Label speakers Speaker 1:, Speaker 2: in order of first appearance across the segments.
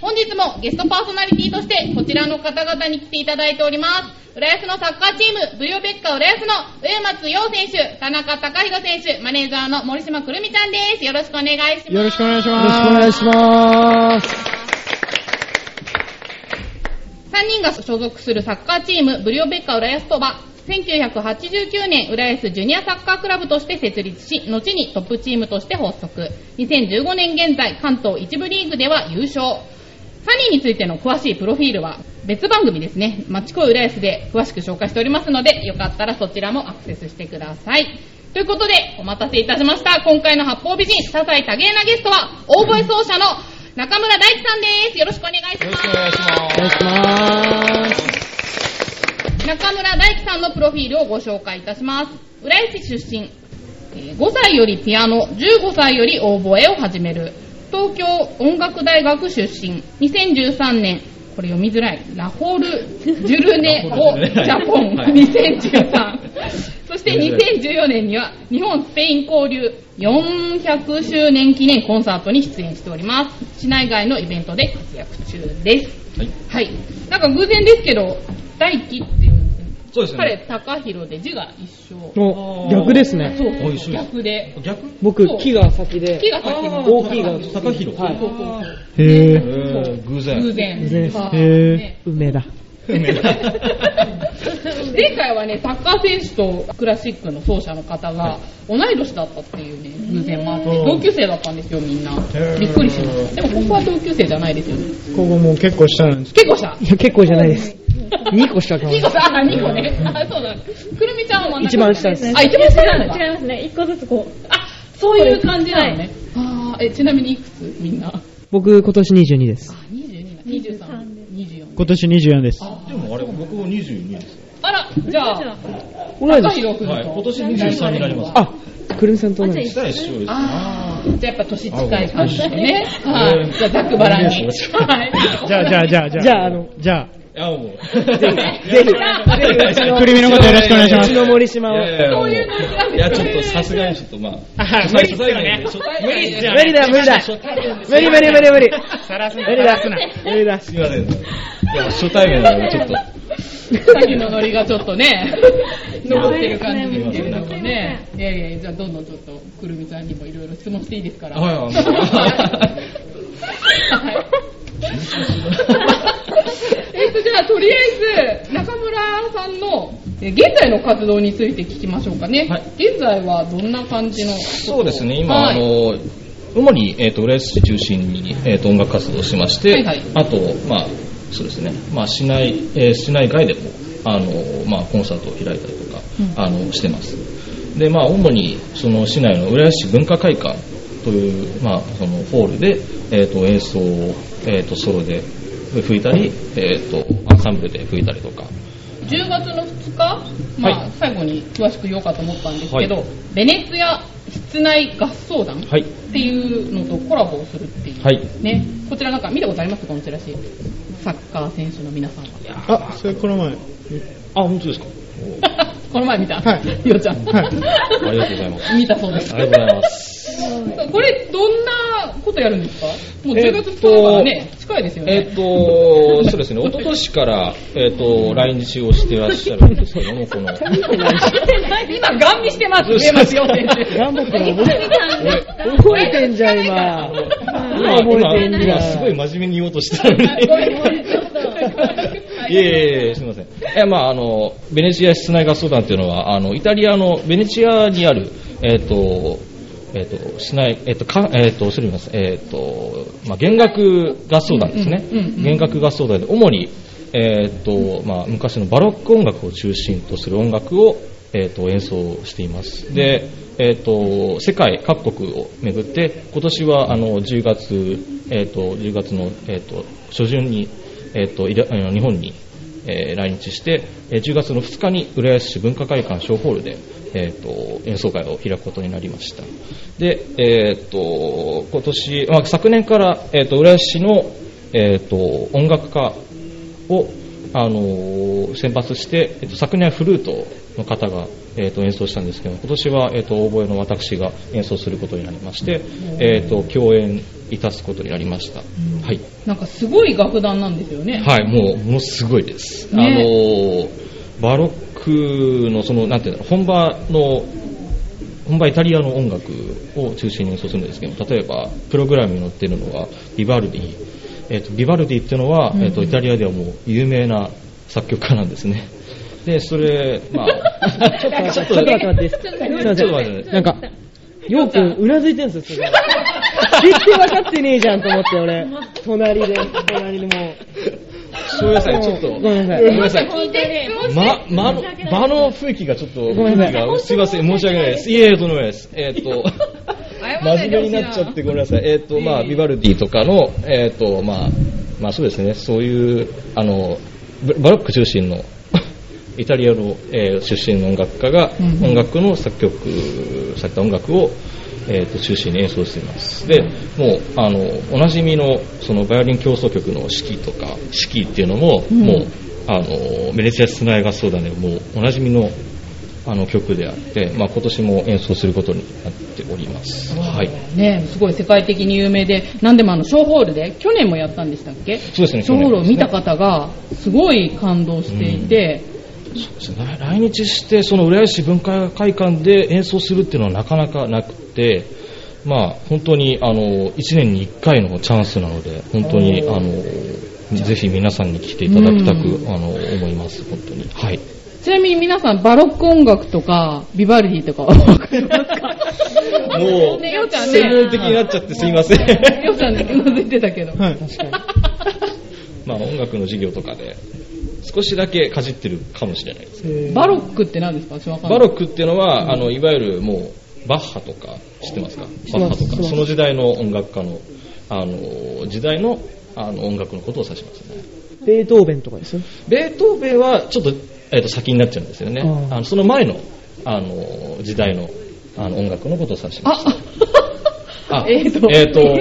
Speaker 1: 本日もゲストパーソナリティとして、こちらの方々に来ていただいております。浦安のサッカーチーム、ブリオベッカ浦安の上松洋選手、田中隆弘選手、マネージャーの森島くるみちゃんです。よろしくお願いします。
Speaker 2: よろしくお願いし
Speaker 3: よ
Speaker 2: ま
Speaker 3: ろしくお願いします。
Speaker 1: 3人が所属するサッカーチーム、ブリオベッカ浦安とは、1989年、浦安ジュニアサッカークラブとして設立し、後にトップチームとして発足。2015年現在、関東一部リーグでは優勝。サニーについての詳しいプロフィールは別番組ですね、マチコ浦安で詳しく紹介しておりますので、よかったらそちらもアクセスしてください。ということで、お待たせいたしました。今回の八方美人、多彩多芸なゲストは、大声奏者の中村大地さんです。よろしくお願いします。
Speaker 2: よろしくお願いし
Speaker 3: お願い
Speaker 2: ま
Speaker 3: し
Speaker 2: す。
Speaker 3: ます。
Speaker 1: 中村大樹さんのプロフィールをご紹介いたします浦安市出身えー5歳よりピアノ15歳よりオーボエを始める東京音楽大学出身2013年これ読みづらいラホール・ジュルネ・オ・ジャポ ン
Speaker 2: はい
Speaker 1: 2013そ して2014年には日本スペイン交流400周年記念コンサートに出演しております市内外のイベントで活躍中です
Speaker 2: はい、
Speaker 1: はい。なんか偶然ですけど、大輝っていうんですね。
Speaker 2: そうです
Speaker 1: 彼、
Speaker 2: ね。
Speaker 1: 高弘で字が一緒。
Speaker 3: お、逆ですね。
Speaker 1: そう
Speaker 2: お一緒
Speaker 1: 逆で。
Speaker 2: 逆
Speaker 3: 僕
Speaker 1: そう、
Speaker 3: 木が先で。
Speaker 1: 木が先
Speaker 2: あー
Speaker 3: 大きいが
Speaker 2: 高弘。
Speaker 3: はい
Speaker 1: そうそうそう
Speaker 3: へ
Speaker 2: え
Speaker 3: ぇ
Speaker 2: ー、偶然。
Speaker 1: 偶然。
Speaker 3: 偶然です
Speaker 1: は。い
Speaker 3: へ
Speaker 1: ね
Speaker 3: ぇ梅だ。
Speaker 1: 前回はね、サッカー選手とクラシックの奏者の方が同い年だったっていうね、偶然もあって、
Speaker 2: うん
Speaker 1: 同級生だったんですよ、みんな。
Speaker 2: ー
Speaker 1: びっくりしました。でもここは同級生じゃないですよね。
Speaker 3: ここもう結構したんです
Speaker 1: 結構した。
Speaker 3: いや、結構じゃないです。2個しか変わ
Speaker 1: 2個
Speaker 3: らない。
Speaker 1: さ、あ、2個ね。あ、そうだ。くるみちゃんは真ん中
Speaker 3: 一番下です
Speaker 1: あ、一番下なんだ。
Speaker 4: 違いますね。一個ずつこう。
Speaker 1: あ、そういう感じなのね。あーえ、ちなみにいくつみんな。あ、
Speaker 3: 僕、今年22です。
Speaker 1: 22、23、24。
Speaker 3: 今年24です。
Speaker 2: でもあれ、僕も22ですよ。
Speaker 1: あら、じゃあ、
Speaker 3: 同い
Speaker 1: 高
Speaker 3: 年。
Speaker 1: 弘君と。
Speaker 2: はい、今年23になります。
Speaker 3: あ、くるみさんと同じです。
Speaker 2: 下一緒です。
Speaker 1: あーじゃあやっぱ年近い感じでね。はい。じゃあ、ざっくばらんに。はい。
Speaker 5: じゃあ、じゃあ、じゃあ、じゃあ。
Speaker 3: じゃあ、あの、
Speaker 5: じゃあ、
Speaker 2: あ、も
Speaker 3: ひぜひ
Speaker 2: う。
Speaker 5: くるみのことよろしくお願いします
Speaker 3: うちの森島を
Speaker 1: そういう
Speaker 2: の
Speaker 1: 感じなんですね
Speaker 2: いや、ちょっとさすがにちょっとまあ。
Speaker 5: 無理っすよね。
Speaker 2: 無理
Speaker 3: 無理だ、無理だ。無理無理無理無理。
Speaker 5: さらすな、
Speaker 3: 無
Speaker 5: さら
Speaker 3: 理だ
Speaker 5: すな。。
Speaker 3: 無理だ。
Speaker 2: すいません。いや、初対面なので、ちょっと。
Speaker 1: 詐欺のノリがちょっとね、残ってる感じですけれどもね。いやいやいや、じゃあどんどんちょっと、くるみちゃんにもいろいろ質問していいですから。
Speaker 2: はいはい
Speaker 1: はい。 えっと、じゃあとりあえず、中村さんの、え現在の活動について聞きましょうかね。
Speaker 2: はい
Speaker 1: 現在はどんな感じの
Speaker 2: そうですね、今、
Speaker 1: はい
Speaker 2: あの主に、えー、と浦安市中心に、えー、と音楽活動をしてまして、
Speaker 1: はいはい
Speaker 2: あと、まあそうですねまあ、市内えー市内外でもあの、まあ、コンサートを開いたりとか、あのしてます。でまあ、主にその市内の浦安市文化会館という、まあ、そのホールで、えー、と演奏を、えー、とソロで吹いたり、えー、とアンサンブルで吹いたりとか
Speaker 1: 10月の2日、まあ
Speaker 2: はい
Speaker 1: 最後に詳しく言おうかと思ったんですけど、
Speaker 2: はい
Speaker 1: ベネツィア室内合奏団っ
Speaker 2: はい
Speaker 1: ていうのとコラボをするっていう、
Speaker 2: はい
Speaker 1: ね、こちらなんか見たことありますこのチラシサッカー選手の皆さんは
Speaker 5: あ、それこの前。
Speaker 2: あ本当ですか
Speaker 1: この前見た、
Speaker 5: はい
Speaker 1: ようちゃん、
Speaker 5: はい
Speaker 2: ありがとうございます
Speaker 1: 見たそうです
Speaker 2: ありがとうございます
Speaker 1: これどんなことやるんですかもう
Speaker 2: え
Speaker 1: 10
Speaker 2: っと
Speaker 1: 月2日だからね、近いですよね、
Speaker 2: えっ、と、そうですね、一昨年から、えっ、と、来日をしてらっしゃるんですけども、この、
Speaker 1: 今、ガン見して ます、上松洋選手。
Speaker 3: 頑張って覚えてんじゃん、今。今覚えてんじゃ
Speaker 2: 今すごい
Speaker 3: ん。
Speaker 2: 真面目に言おうとしたのに。いえいえいえ、すみません。え、まああの、ベネチア室内合奏団っていうのは、あの、イタリアのベネチアにある、えっ、と、えっ、と、室内、えっ、と、か、えっ、と、すみません、えっ、と、まあ弦楽合奏団ですね
Speaker 1: うんうんうんう。ん
Speaker 2: 弦楽合奏団で、主に、えっ、と、まあ昔のバロック音楽を中心とする音楽を、えっ、と、演奏しています。で、えっ、と、世界各国を巡って、今年は、あの、10月、えっ、と、10月の、えっ、と、初旬に、えっ、と、イラあの日本に、えー来日して、えー10月の2日に浦安市文化会館小ホールで、えーと演奏会を開くことになりましたで、えー、と今年、まあ、昨年から、えー、と浦安市の、えー、と音楽家を、あのー選抜して、えっと昨年はフルートの方が、えっと演奏したんですけど今年は、えっとオーボエの私が演奏することになりまして、えっと共演いたすことになりました、はい、
Speaker 1: なんかすごい楽団なんですよね。
Speaker 2: はい、もうものすごいです、
Speaker 1: ね
Speaker 2: あのーバロックのそのなんていうんだろう本場の本場イタリアの音楽を中心に演奏するんですけど例えばプログラムに載っているのはビバルディ、えっとビバルディっていうのは、
Speaker 1: うん
Speaker 2: えっとイタリアではもう有名な作曲家なんですねでそれま あ
Speaker 3: ちょっと待って、ちょっと待って、すみま
Speaker 2: ち
Speaker 3: せ
Speaker 2: ょっと待って
Speaker 3: ん。なんか、ようくん、うなずいてるんですよ、それ。絶対分かってねえじゃんと思って、俺。隣で、隣でも
Speaker 2: ごめんなさいちょっと
Speaker 3: ごめんなさい
Speaker 2: ごめんなさい
Speaker 1: 聞いて
Speaker 2: ま、まの、場の雰囲気がちょっと、
Speaker 3: ごめんなさい
Speaker 2: 雰囲気がすいません、申し訳ないです。いえいえ、とんでもないです。えっ、と、
Speaker 1: 謝んな
Speaker 2: 真
Speaker 1: い
Speaker 2: 面
Speaker 1: でほし
Speaker 2: 目
Speaker 1: いな
Speaker 2: になっちゃってごめんなさい。えっ、と、まあ、ビバルディとかの、えっ、と、まあ、まあそうですね、そういう、あの、ブバロック中心の、 イタリアの、えー出身の音楽家が、
Speaker 1: うんうん
Speaker 2: 音楽の作曲、された音楽を、えー、と中心に演奏しています。で、もう、あの、おなじみの、その、バイオリン協奏曲の指揮とか、指揮っていうのも、
Speaker 3: うん
Speaker 2: もう、あのメルセデス・ナイがそうだねもうおなじみのあの曲であって、まあ、今年も演奏することになっております、はい、
Speaker 1: ねすごい世界的に有名で、なんでもあの、ショーホールで、去年もやったんでしたっけ
Speaker 2: そうですね
Speaker 1: ショーホールを
Speaker 2: 去
Speaker 1: 見
Speaker 2: 年ですね
Speaker 1: た方が、すごい感動していて、
Speaker 2: そうですね来来日してその浦安市文化会館で演奏するっていうのはなかなかなくて、まあ、本当にあの1年に1回のチャンスなので本当にあのぜひ皆さんに来ていただきたく、
Speaker 1: う
Speaker 2: あの思います本当にはい
Speaker 1: ちなみに皆さん、バロック音楽とか、ビバルディとかはわかりますか
Speaker 2: もう
Speaker 1: ねようちゃんね
Speaker 2: 専門的になっちゃってすいません
Speaker 1: ようちゃんね、うなずいてたけど。
Speaker 5: はい。
Speaker 2: まあ音楽の授業とかで少しだけかじってるかもしれないですね
Speaker 1: バロックって何ですか私わかんな
Speaker 2: バ
Speaker 1: い
Speaker 2: ロックっていうのは、あのいわゆるもうバッハとか知ってますかバッハとかその時代の音楽家のあの時代のあの音楽のことを指しますね
Speaker 3: う、ベートーベンとかですよ。
Speaker 2: ベートーベンはちょっと,、えーと先になっちゃうんですよね
Speaker 3: うん
Speaker 2: あのその前のあの時代のあの音楽のことを指します
Speaker 1: あえーと。
Speaker 2: えーと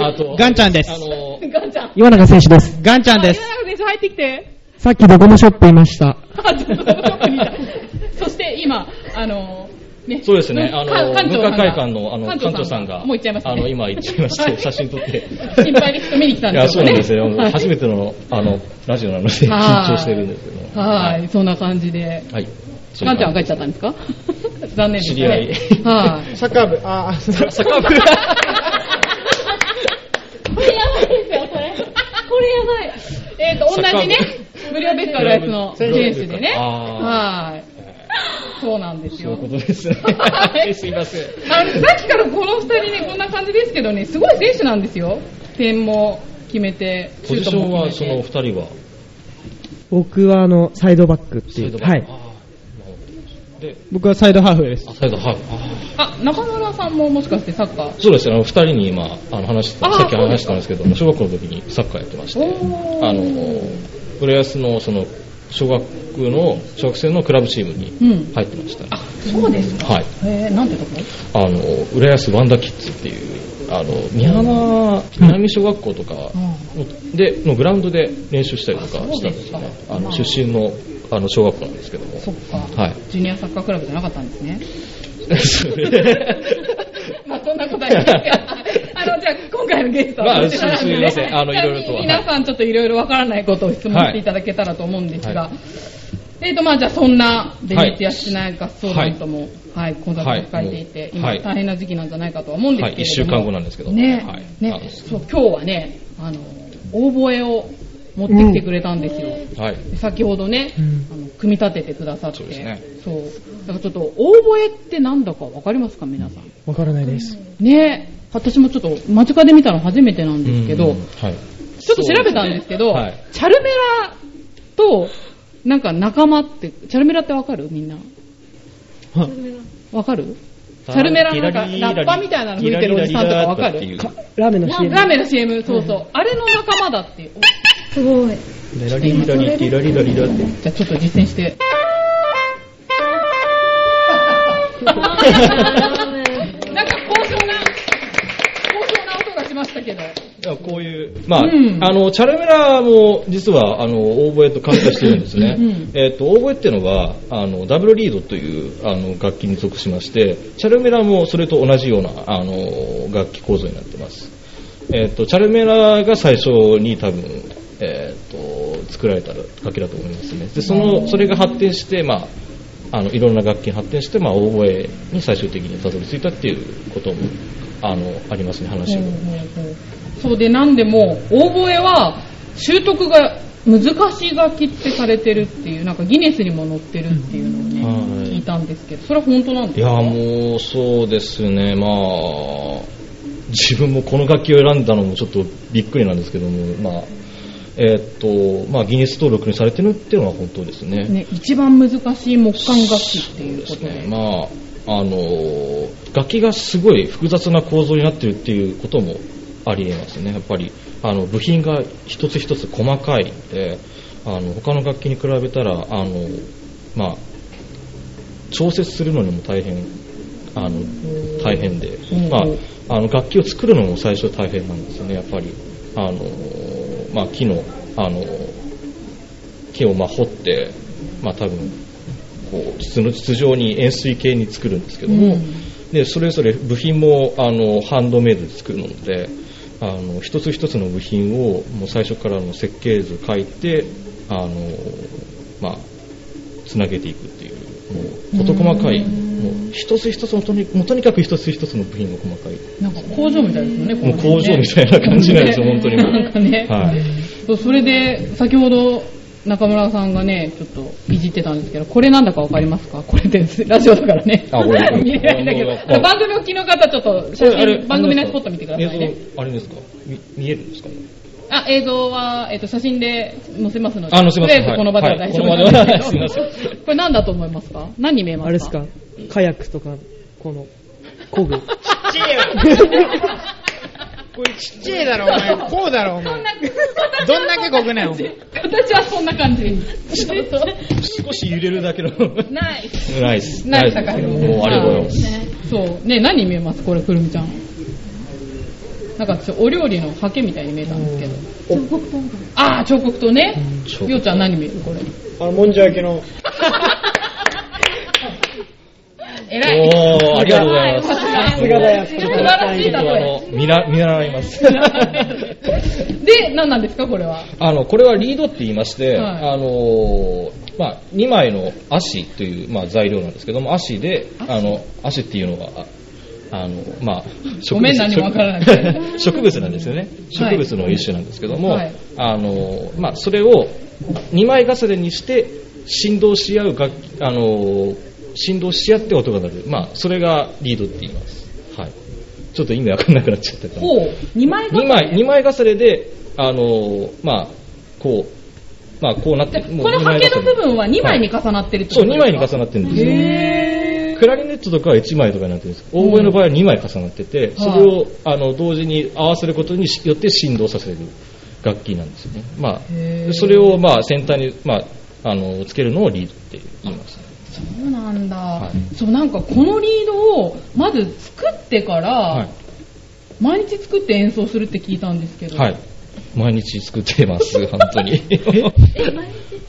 Speaker 2: あと
Speaker 5: ガンちゃんです
Speaker 2: あの
Speaker 1: ガンちゃん。
Speaker 3: 岩永選手です。
Speaker 5: ガンちゃんです。
Speaker 1: あ岩永選手入ってきて。
Speaker 3: さっきドコモショップいました。
Speaker 1: あ、ちょっとショックにいた。そして今、あの、ね。
Speaker 2: そうですね、あの、
Speaker 1: か
Speaker 2: 文化会館の、あの、館長さんが、
Speaker 1: もう行っちゃいました、ね。
Speaker 2: あの、今行っちゃいまして、写真撮って。
Speaker 1: 心配で人見に来たん
Speaker 2: い
Speaker 1: で
Speaker 2: や、
Speaker 1: す
Speaker 2: そ
Speaker 1: よね。
Speaker 2: うなんですよ。
Speaker 1: はい
Speaker 2: 初めての、あの、ラジオなので、緊
Speaker 1: はい
Speaker 2: 張してるんですけど。
Speaker 1: はい、そんな感じで。
Speaker 2: はい。
Speaker 1: ガンちゃんは帰っちゃったんですか 残念ですね。
Speaker 2: 知り合い
Speaker 1: はい。
Speaker 5: サッカー部、ああ、
Speaker 2: サッ カー部
Speaker 1: これやばいですよ、これ。これやばい。えっ、と、同じ ね、無料ベッドライフの選手でね。
Speaker 2: あ
Speaker 1: はい。そうなんです
Speaker 2: そうい
Speaker 1: よ
Speaker 2: う。ことですね。
Speaker 1: はい
Speaker 2: すいません。
Speaker 1: あのさっきからこの二人ね、こんな感じですけどね、すごい選手なんですよ。点も決めて、
Speaker 2: ポジションは、
Speaker 1: シ
Speaker 2: そ
Speaker 1: ュート
Speaker 2: のお
Speaker 1: も
Speaker 2: 二人は、
Speaker 3: 僕は、あの、サイドバックって
Speaker 2: サ
Speaker 3: い
Speaker 2: イド
Speaker 3: う。
Speaker 2: バック。
Speaker 3: はい
Speaker 2: あ。ーで、
Speaker 5: 僕はサイドハーフです。
Speaker 2: あサイドハーフ。あ
Speaker 1: あ、中村さんももしかしてサッカー
Speaker 2: ーそうですね、あの、二人に今、あの、話してた、
Speaker 1: あー
Speaker 2: さっき話したんですけども、小学校の時にサッカーやってまして、
Speaker 1: おー
Speaker 2: あの、浦安の、その、小学の、小学生のクラブチームに
Speaker 1: うん。
Speaker 2: 入ってました。
Speaker 1: あ、そうですか。
Speaker 2: はい。
Speaker 1: えー、なんてとこ
Speaker 2: あの浦安ワンダキッズっていうあの宮浜南小学校とかでのグラウンドで練習したりとか
Speaker 1: あそう
Speaker 2: したん
Speaker 1: で
Speaker 2: です
Speaker 1: す
Speaker 2: よ
Speaker 1: か
Speaker 2: ねあ
Speaker 1: ま
Speaker 2: の
Speaker 1: あ
Speaker 2: 出身のあの小学校なんですけども
Speaker 1: そっか。
Speaker 2: はい
Speaker 1: ジュニアサッカークラブじゃなかったんですね。
Speaker 2: それ
Speaker 1: まあ、そんなことは言ってあの、じゃあ、今回のゲストは
Speaker 2: まあ
Speaker 1: こちらなんでね、
Speaker 2: すすいませんあのいろいろとは
Speaker 1: 皆さん、ちょっといろいろわからないことを質問していただけたらと思うんですが、えっ、と、まあ、じゃあ、そんな、ベネチア市内合奏団とも、はい、コンサートを抱えていて、
Speaker 2: はいもう
Speaker 1: 今、大変な時期なんじゃないかとは思うんです
Speaker 2: は
Speaker 1: けれ
Speaker 2: い
Speaker 1: ども、
Speaker 2: 1週間後なんですけども
Speaker 1: ね、
Speaker 2: はいあ
Speaker 1: ね
Speaker 2: の
Speaker 1: そう、今日はね、あの、オーボエを持ってきてくれたんですよ。
Speaker 2: はい
Speaker 1: 先ほどね、
Speaker 3: うん
Speaker 1: あの組み立ててくださって、
Speaker 2: そうですね
Speaker 1: そうだからちょっと、オーボエってなんだかわかりますか、皆さん。
Speaker 3: わからないです。
Speaker 1: ね私もちょっと間近で見たの初めてなんですけ
Speaker 2: う
Speaker 1: ど、
Speaker 2: んはい
Speaker 1: ちょっと調べたんですけど、
Speaker 2: そうですねはい
Speaker 1: チャルメラと、なんか仲間って、チャルメラってわかるみんな。わかるチャルメラのなんかラッパみたいなの吹いてるおじさんとかわかる
Speaker 2: ギラギラギラギラっていう
Speaker 3: ラーメンの
Speaker 1: ラ
Speaker 3: CM。
Speaker 1: ラーメンの CM、そうそう、あれの仲間だっていう。
Speaker 4: すごい。
Speaker 6: デラリーラリーティラリラリラって。
Speaker 1: じゃあちょっと実践 して。なんか高尚な、高尚な音がしましたけど。
Speaker 2: いやこういう、まあ、
Speaker 1: うん
Speaker 2: あの、チャルメラも実は、あの、オーボエと関係してるんですね。
Speaker 1: うん
Speaker 2: えっ、と、オーボエっていうのは、あの、ダブルリードという、あの、楽器に属しまして、チャルメラもそれと同じような、あの、楽器構造になってます。えっ、と、チャルメラが最初に多分、えっ、と、作られた楽器だと思いますね。で、その、それが発展して、まあ、あの、いろんな楽器に発展して、まあ、オーボエに最終的にたどり着いたっていうことも、あの、ありますね、話を。
Speaker 1: そうで、なんでも、オーボエは習得が難しい楽器ってされてるっていう、なんかギネスにも載ってるっていうのをね、
Speaker 2: うんはい
Speaker 1: 聞いたんですけど、それは本当なん
Speaker 2: い
Speaker 1: です
Speaker 2: や
Speaker 1: か
Speaker 2: もうそうですね、まあ、自分もこの楽器を選んだのもちょっとびっくりなんですけども、まあえーっとまあ、ギネス登録にされてるっていうのは本当ですね。
Speaker 1: ね、一番難しい木管楽器っていうこ
Speaker 2: そう
Speaker 1: と
Speaker 2: です
Speaker 1: で。
Speaker 2: ね、まああのー楽器がすごい複雑な構造になってるっていうこともありえますねやっぱりあの部品が一つ一つ細かいんであの他の楽器に比べたらあの、まあ、調節するのにも大変あの大変で、まあ、あの楽器を作るのも最初大変なんですよねやっぱりあのー、まあ、木のあのー木をまあ掘って、まあ、多分こう筒の筒状に円錐形に作るんですけども、でそれぞれ部品もあのハンドメイドで作るのであの一つ一つの部品をもう最初からの設計図書いてあの、まあ、つなげていくっていうもう事細かいもう一つ一つのとにもうとにかく一つ一つの部品が細かい
Speaker 1: なんか工場みたいですよね、こ
Speaker 2: も
Speaker 1: こ
Speaker 2: う
Speaker 1: ね
Speaker 2: 工場みたいな感じなんですよ本当にもう
Speaker 1: なんかね、
Speaker 2: はい
Speaker 1: そうそれで、先ほど中村さんがね、ちょっといじってたんですけど、これなんだかわかりますかこれってラジオだからね。
Speaker 2: あこれ
Speaker 1: 見えないんだけど
Speaker 2: あ、
Speaker 1: あの番組を聞きの方、ちょっと写
Speaker 2: これあれ
Speaker 1: 真、番組のやつ撮ってみてくださいね。
Speaker 2: 映像あれですかみ見えるんですかね
Speaker 1: あ、映像は、えっ、と、写真で載せますので。
Speaker 2: あ載せ
Speaker 1: と
Speaker 2: ます
Speaker 1: りあえず
Speaker 2: はい
Speaker 1: この場では大丈夫
Speaker 2: はい
Speaker 1: なんで
Speaker 2: こ
Speaker 1: すけど。
Speaker 2: の場ではすいません
Speaker 1: これ何だと思いますか何に見えますか
Speaker 3: あれですかカヤックとか、この、工具。
Speaker 6: これちっちゃいだろ、お前。こうだろ、お前。どんだけこぐない、お前。
Speaker 1: 私はそんな 感じ。
Speaker 2: 少し揺れる だけの
Speaker 1: ナイス。
Speaker 2: ナイス
Speaker 1: ナイス
Speaker 2: ナイス
Speaker 1: 高い
Speaker 2: もうありがとうございます
Speaker 1: そう。ね、何に見えますこれ、くるみちゃん。なんかちょ、お料理のハケみたいに見えたんですけど。ああ、彫刻刀ね。
Speaker 2: 彫刻
Speaker 1: りょうちゃん何見えるこれ。
Speaker 6: あ、もんじゃ焼き の。
Speaker 1: えらい。
Speaker 2: おー、ありがとうございます。
Speaker 3: さすがだよ
Speaker 1: 素晴らしい
Speaker 2: あ
Speaker 1: だ
Speaker 2: の
Speaker 1: と。
Speaker 2: 見な見習 います。
Speaker 1: で、何なんですかこれは。
Speaker 2: あの、これはリードって言いまして、
Speaker 1: はい
Speaker 2: あのーまあ、2枚の足という、まあ、材料なんですけども、足で、あの、足っていうのは、ああの、まあ、
Speaker 1: ごめん何もわからない
Speaker 2: い。 植物なんですよね。植物の一種なんですけども、
Speaker 1: はい
Speaker 2: あのーまあ、それを2枚重ねにして、振動し合う楽器、あのー振動し合って音が鳴る。まあ、それがリードって言います。はい。ちょっと意味わかんなくなっちゃったかな
Speaker 1: ほう。2枚
Speaker 2: 2枚、二枚重ねで、あのーまあ、こう、まあ、こうなって、もう
Speaker 1: この
Speaker 2: 二
Speaker 1: ハ
Speaker 2: 枚
Speaker 1: ケ
Speaker 2: 重
Speaker 1: の
Speaker 2: ね
Speaker 1: 部分は2枚に重なってるってこと
Speaker 2: そう、2枚に重なってるんですよ。
Speaker 1: へ
Speaker 2: クラリネットとかは1枚とかになってるんですけど、オーボエの場合は2枚重なってて、それを、あの、同時に合わせることによって振動させる楽器なんですよね。まあ、それを、まあ、先端に、まあ、あの、つけるのをリードって言いますね。
Speaker 1: そうなんだ、
Speaker 2: はい
Speaker 1: そうなんかこのリードをまず作ってから、
Speaker 2: はい。
Speaker 1: 毎日作って演奏するって聞いたんですけど、
Speaker 2: はい。毎日作ってます、 本当に。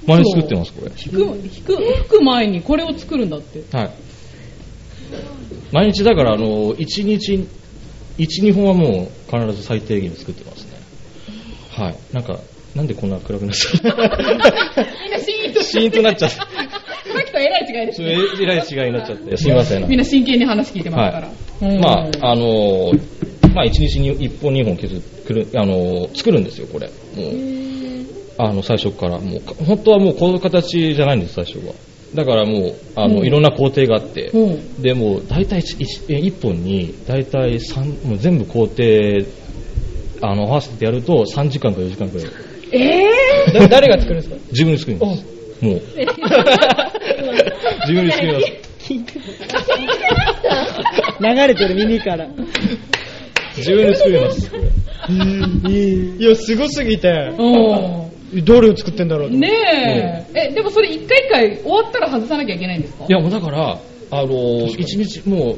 Speaker 2: 毎日作ってます、これ。
Speaker 1: 弾く弾く弾く前にこれを作るんだ って
Speaker 2: はい。毎日だから、あの、1日、1、2本はもう必ず最低限作ってますね。はい。なんか、なんでこんな暗くなっちゃ っ
Speaker 1: みんなシーン
Speaker 2: た
Speaker 1: と
Speaker 2: シーンとなっちゃった。
Speaker 1: さっきとえらい違いです
Speaker 2: それ、えらい違いになっちゃって。すいません。
Speaker 1: みんな真剣に話聞いてますから、うん
Speaker 2: まあ、あのーまあ、1日に1本2本削くる、あのー作るんですよ、これ。もう、あの、最初から。もう、か本当はもうこの形じゃないんです、最初は。だからもう、あの、
Speaker 1: うん
Speaker 2: いろんな工程があって、
Speaker 1: うん
Speaker 2: で、もう、大体1、一え一本に、大体三もう全部工程、あの、合わせてやると、3時間か4時間くらい。
Speaker 6: だ誰が作るんですか
Speaker 2: 自分で作ります。 もう。自分で作ります。
Speaker 3: 流れてる耳から。
Speaker 2: 自分で作ります。
Speaker 6: いや、すごすぎて。
Speaker 1: うん
Speaker 6: どれを作ってんだろうと
Speaker 1: ねえ。え、でもそれ一回一回終わったら外さなきゃいけないんですか
Speaker 2: いやもうだから、あのー、一日も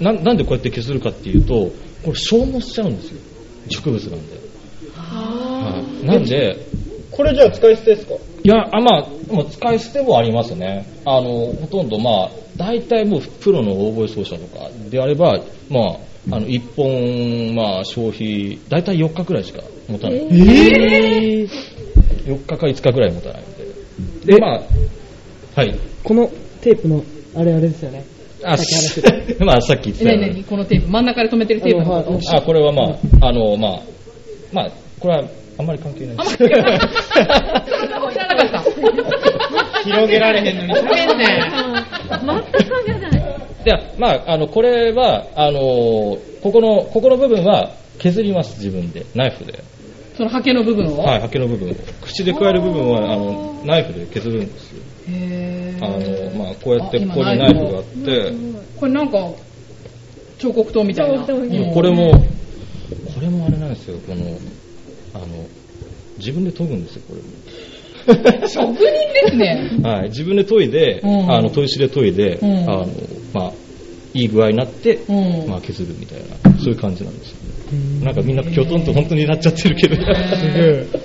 Speaker 2: うな、なんでこうやって削るかっていうと、これ消耗しちゃうんですよ。植物なんで。はい、なんで、
Speaker 6: これじゃあ使い捨てですか
Speaker 2: いや、あまあ、もう使い捨てもありますね。あの、ほとんどまあ、大体もうプロのオーボエ奏者とかであれば、まあ、あの、一本、まあ、消費、大体4日くらいしか持たない。
Speaker 3: え
Speaker 2: 4日か5日くらい持たないんで。で、まあ、はい。
Speaker 3: このテープの、あれあれですよね。
Speaker 2: あ、
Speaker 3: さっき話し
Speaker 2: まあ、さっき言っ
Speaker 1: え、
Speaker 2: てた
Speaker 1: なに
Speaker 2: よう
Speaker 1: な
Speaker 2: に
Speaker 1: にこのテープ。真ん中で止めてるテープのこと
Speaker 3: あのはい
Speaker 2: あ、これはまあ、あの、まあ、まあ、これはあんまり関係ないです。
Speaker 1: その顔いらなかった。
Speaker 6: 広げられへんのに大変ね
Speaker 2: いや、まあ、あの、これは、あの、ここの、ここの部分は削ります、自分で、ナイフで。
Speaker 1: そのハケの部分を。
Speaker 2: はい、ハケの部分を。口で加える部分は、あの、ナイフで削るんですよ。
Speaker 1: へ
Speaker 2: あの、
Speaker 1: ー
Speaker 2: まあ、こうやって
Speaker 1: あ
Speaker 2: こ
Speaker 1: 今
Speaker 2: こにナ
Speaker 1: ナイ
Speaker 2: イ
Speaker 1: フ
Speaker 2: フがあって、
Speaker 1: これなんか、彫刻刀みたいな。
Speaker 2: もうこれも、これもあれなんですよ、この、あの、自分で研ぐんですよ、これも。
Speaker 1: 職人です ね。
Speaker 2: はい、自分で研いで、
Speaker 1: うん
Speaker 2: あの砥石で研いで、
Speaker 1: うん
Speaker 2: あのまあ、いい具合になって、
Speaker 1: うん
Speaker 2: まあ、削るみたいなそういう感じなんですよねなんかみんなきょとんと本当になっちゃってるけど、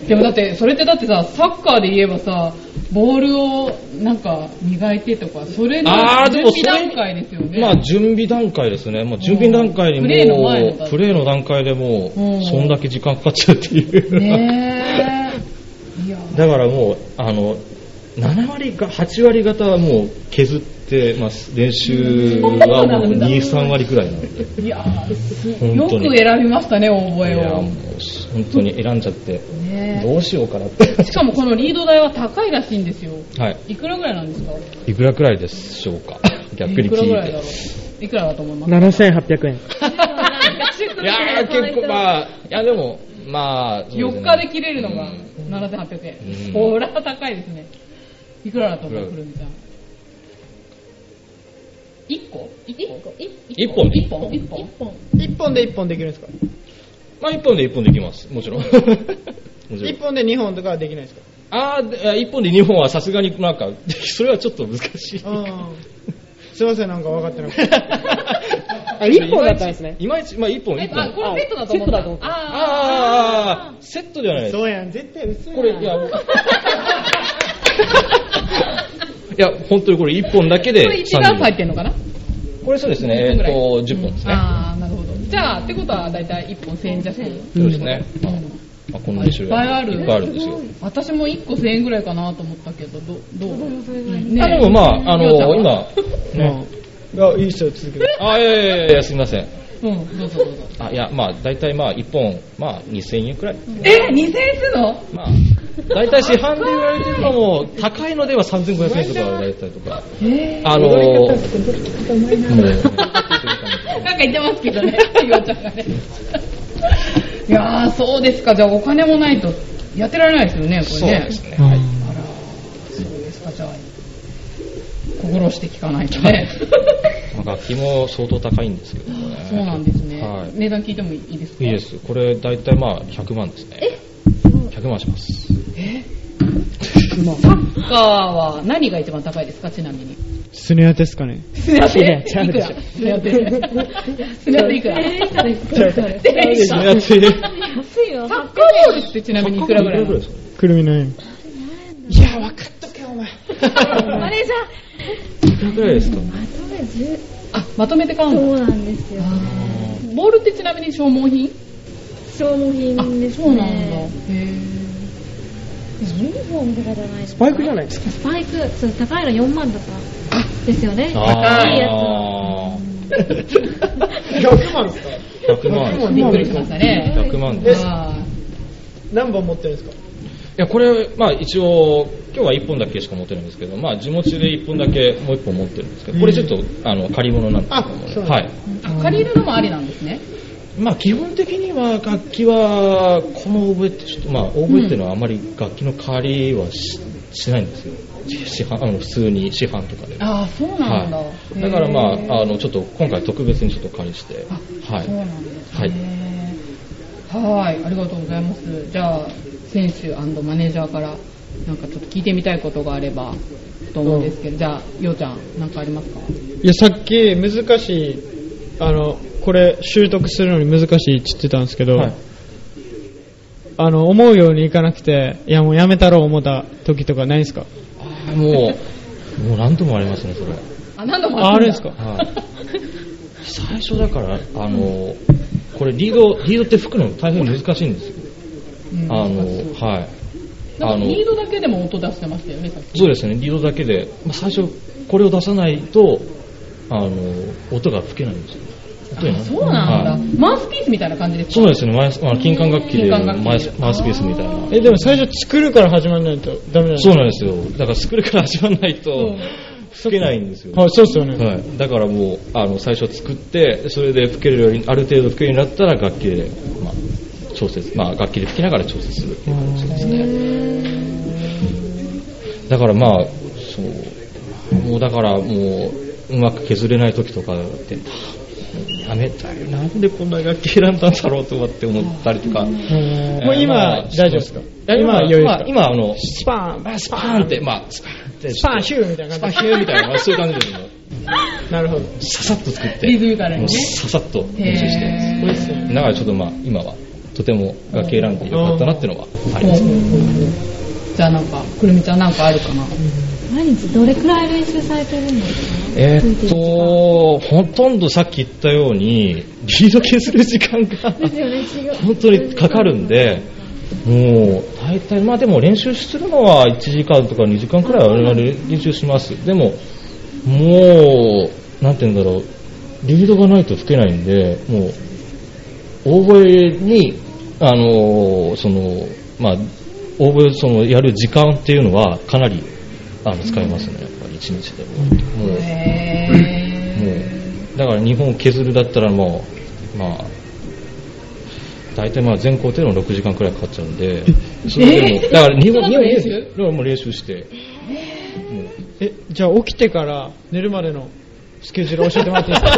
Speaker 1: でもだって、それってだってさ、サッカーで言えばさ、ボールをなんか磨いてとか、それの
Speaker 2: あーでも
Speaker 1: 準
Speaker 2: それ
Speaker 1: 備段階ですよね。
Speaker 2: まあ準備段階ですね、まあ、準備段階にも
Speaker 1: プレーの前の段階
Speaker 2: プレーの段階でもう、
Speaker 1: うん
Speaker 2: そんだけ時間かかっちゃうっていう、
Speaker 1: ね え。いや
Speaker 2: だからもうあの7割が8割方はもう削ってます練習はもう23割くらいなので
Speaker 1: いや
Speaker 2: 本
Speaker 1: よく
Speaker 2: 当に
Speaker 1: 選びましたね、覚
Speaker 2: い
Speaker 1: え
Speaker 2: や
Speaker 1: を
Speaker 2: もう。本当に選んじゃって、
Speaker 1: ね
Speaker 2: どうしようかなって
Speaker 1: えしかもこのリード代は高いらしいんですよ。
Speaker 2: はい。
Speaker 1: いくらぐらいなんですか
Speaker 2: いくらくらいでしょうか逆に聞い
Speaker 1: くらぐらいだろ
Speaker 2: て。
Speaker 1: ういくらだと思います
Speaker 3: 7800円。
Speaker 2: いやー、結構まあ、いやでも、まあ、
Speaker 1: 4日で切れるのが7800円、
Speaker 2: うん
Speaker 1: ほら高いですねいくらだと思う
Speaker 2: いく
Speaker 1: く
Speaker 2: ら
Speaker 1: るみさん1個1個
Speaker 2: 1本で。
Speaker 1: 1本1本
Speaker 6: 1本で1本できるんですか
Speaker 2: まあ1本で1本できます。もちろん。もちろん
Speaker 6: 1。本で2本とかはできないですか
Speaker 2: あーであ、1本で2本はさすがになんか、それはちょっと難しい。
Speaker 6: あーすいませんなんか分かってなくて
Speaker 3: あ、1本だったんですね。
Speaker 2: いまいち、まあ1本、
Speaker 1: え
Speaker 2: 1
Speaker 1: あこ
Speaker 2: 本。
Speaker 1: れセットだと思った
Speaker 3: セットだと思った
Speaker 2: あーあーあー、セットじゃないです。
Speaker 6: そうやん絶対薄い
Speaker 2: こ れ、いや、いや、本当にこれ1本だ けで
Speaker 1: これ1ダース入ってんのかな
Speaker 2: これそうですね、え
Speaker 1: 10
Speaker 2: っ
Speaker 1: ぐらい
Speaker 2: と、10本ですね。
Speaker 1: ああなるほどじゃあってことは大体1本1000円弱
Speaker 2: そうですね。まあまあこんなに種
Speaker 1: いっ
Speaker 2: 類いっ
Speaker 1: ぱ
Speaker 2: ぱ
Speaker 1: い
Speaker 2: い
Speaker 1: あ
Speaker 2: あ
Speaker 1: る
Speaker 2: るんですよ。
Speaker 1: 私も1個1000円ぐらいかなと思ったけどどどう、うんね
Speaker 2: あ
Speaker 1: え
Speaker 2: でもまあ、あ
Speaker 1: りょうちゃん
Speaker 2: の、
Speaker 1: は
Speaker 2: 今、ね、
Speaker 6: あいいっすよ続けて
Speaker 2: あ、いやいやいや、すみません。
Speaker 1: うんどうぞどうぞ
Speaker 2: あ、いや、まあ、大体まあ、1本、まあ、2000円くらい。
Speaker 1: え2000円するの
Speaker 2: まあ、大体市販で売られてるのも、高いのでは3500円とか売られたりとか。あの、もう、
Speaker 1: なんか言ってますけどね、ひよちゃんが ね。いやー、そうですか。じゃあお金もないとやってられないです
Speaker 2: そ
Speaker 1: よ
Speaker 2: う
Speaker 1: ね、これ
Speaker 2: で
Speaker 1: ね。
Speaker 2: すね。はい。
Speaker 1: あらそうですか。じゃあ、心して聞かないとね。
Speaker 2: まあ楽器も相当高いんですけどね。
Speaker 1: そうなんですね、
Speaker 2: はい
Speaker 1: 値段聞いてもいいですか
Speaker 2: いいです。これ、大体まあ、100万ですね。100万し ます。
Speaker 1: サッカーは何が一番高いですか、ちなみに。
Speaker 5: スネアですかね。
Speaker 1: スネアテ
Speaker 3: ちゃう
Speaker 1: いく
Speaker 3: でし
Speaker 1: ら
Speaker 3: ょ
Speaker 1: スネアテ。スネアテいくら
Speaker 2: サッ
Speaker 1: サッカーボールってちなみにいくらぐらいなの
Speaker 5: くるみの縁。
Speaker 4: マネージ
Speaker 2: くらいですか
Speaker 1: あ、まとめて買う
Speaker 4: ャーそ
Speaker 1: の
Speaker 4: うなんですよ。
Speaker 1: ボールってちなみに消耗品
Speaker 4: 消耗品ですね。
Speaker 1: そうなんだ。へ
Speaker 4: ユニフォームとかじゃないです
Speaker 3: スパイクじゃない ですか。
Speaker 4: スパイク、そう、高いの4万とか。ですよね。高いやつ
Speaker 2: あ
Speaker 6: 100万ですか
Speaker 2: ー100万。
Speaker 1: びっくりしましたね。
Speaker 2: 100万です。い
Speaker 1: あ
Speaker 6: 何本持ってるんですか
Speaker 2: や、これ、まあ一応、今日は1本だけしか持ってないんですけど、まあ地持ちで1本だけ、もう1本持ってるんですけど、これちょっと、あの、借り物なんですけど、
Speaker 6: あそう
Speaker 2: はい。
Speaker 1: ーあ借りるのもありなんですね。
Speaker 2: まあ基本的には楽器は、このオーボエってちょっと、まあオーボエっていうのはあまり楽器の借りはししないんですよ。市販、あの、普通に市販とかで。
Speaker 1: ああ、そうなんだ。
Speaker 2: はい、だからま
Speaker 1: へー
Speaker 2: あ、あの、ちょっと今回特別にちょっと借りして、
Speaker 1: あ
Speaker 2: は
Speaker 1: そう
Speaker 2: い。
Speaker 1: なんです
Speaker 2: はい
Speaker 1: ね。はーい、ありがとうございます。じゃあ、選手マネージャーからなんかちょっと聞いてみたいことがあればと思うんですけど、じゃあ、ようちゃん、なんかありますか
Speaker 5: いや、さっき難しい、あの、これ習得するのに難しいって言ってたんですけど、
Speaker 2: はい
Speaker 5: あの、思うようにいかなくて、いやもうやめたろう思った時とかないですか
Speaker 2: あーもう、もう何度もありますね、それ。
Speaker 1: あ、何度も
Speaker 5: ああ
Speaker 1: る
Speaker 5: るん
Speaker 1: んだ
Speaker 5: ですか
Speaker 2: はい、最初だから、あの、これリード、リードって吹くの大変難しいんですよ。
Speaker 1: うん
Speaker 2: あの、はい。
Speaker 1: なん
Speaker 2: あ
Speaker 1: か
Speaker 2: の、
Speaker 1: リードだけでも音出してましたよね、さっき。
Speaker 2: そうですね、リードだけで、まあ、最初、これを出さないと、あの、音が吹けないんですよ。音に
Speaker 1: あ
Speaker 2: ら
Speaker 1: そうなんだ、
Speaker 2: はい
Speaker 1: マウスピースみたいな感じですか
Speaker 2: そうですね、マイスあの金管楽器
Speaker 1: 金
Speaker 2: で
Speaker 1: 管楽器
Speaker 2: マイスマウスピースみたいな。
Speaker 5: え、でも最初作るから始まらないとダメなんです
Speaker 2: そう
Speaker 5: か
Speaker 2: なんですよ。だから作るから始まらないと
Speaker 1: ん、
Speaker 2: 吹けないんですよ。
Speaker 5: はい、そうっすよね。
Speaker 2: はい、だからもうあの最初作ってそれで吹けるようにある程度吹けるようになったら楽器で、まあ、調節、まあ、楽器で吹きながら調節するっていう感じですねだからまあそうもうだからもううまく削れない時とかだってやめたいなんでこんな楽器選んだんだろうとかって思ったりとか、
Speaker 5: うんもう今、
Speaker 2: まあ
Speaker 5: 大丈夫ですか
Speaker 2: 今
Speaker 5: 今は余裕ですか、
Speaker 2: まあ今あの
Speaker 5: スパーン、ス
Speaker 2: スパーンってまあスパーンって
Speaker 5: スパーン、ヒューみたいな
Speaker 2: スパ
Speaker 5: 感
Speaker 2: ーンヒューみたいなまあそういう感じでもう
Speaker 5: じ。なるほど。
Speaker 2: ささっと作って
Speaker 1: リズミカルにね
Speaker 2: もうささっと練習して
Speaker 1: へ
Speaker 5: そ
Speaker 1: ー
Speaker 5: うですよね
Speaker 2: だからちょっとまあ今はとても楽器選んでよかったなっていうのはありますね
Speaker 1: うんじゃあなんか、くるみちゃんなんかあるかな、
Speaker 4: 毎日どれくらい練習されてるんですか
Speaker 2: えーっとほとんどさっき言ったようにリード削る時間が本当にかかるんでもう大体まあでも練習するのは1時間とか2時間くらいは我々練習しますでももうなんて言うんだろうリードがないと吹けないんでもう大声に、あのーその、まあ、大声そのやる時間っていうのはかなりあの使いますね、やっぱり一日でも。もう、もう、だから日本を削るだったらもう、まあ、大体まあ全校程度の6時間くらいかかっちゃうんで、それでも、だから日本、
Speaker 1: そ
Speaker 2: 日
Speaker 1: の後
Speaker 2: 本
Speaker 1: 練
Speaker 2: で、
Speaker 1: 習
Speaker 2: だからもう練習して、もう
Speaker 5: え、じゃあ起きてから寝るまでのスケジュール教えてもらっていいです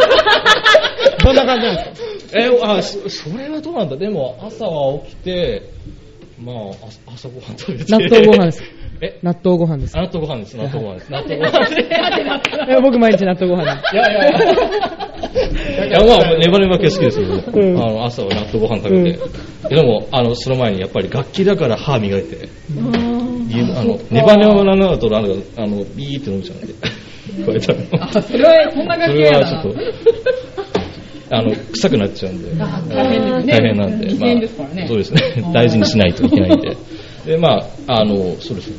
Speaker 5: かどんな感じなんですか
Speaker 2: えあそそれはどうなんだでも朝は起きてまああ朝ごはん食べて
Speaker 3: 納豆ご飯です
Speaker 2: え
Speaker 3: 納豆ご飯です。
Speaker 2: あ納豆ご飯です納豆ご飯です納 豆ご飯です
Speaker 3: いや僕毎日納豆ご飯です。
Speaker 2: いやいやいやいやまあネバネバ系好きですよ、僕
Speaker 3: うん
Speaker 2: あの朝は納豆ご飯食べて、でもあのその前にやっぱり楽器だから歯磨いて、あのネバネバなのだとなんかあのビーって飲んじゃうんでこうやったら
Speaker 1: あ、それは、そんな
Speaker 2: そ
Speaker 1: 楽器
Speaker 2: れ
Speaker 1: や
Speaker 2: は
Speaker 1: だな
Speaker 2: ちょっとあの臭くなっちゃうんで
Speaker 1: あ大変ですね。
Speaker 2: 大変なんで、
Speaker 1: 危険ですからね。
Speaker 2: そうですね
Speaker 1: あ、ー
Speaker 2: 大事にしないといけないんで、でまあ、あのそうですね、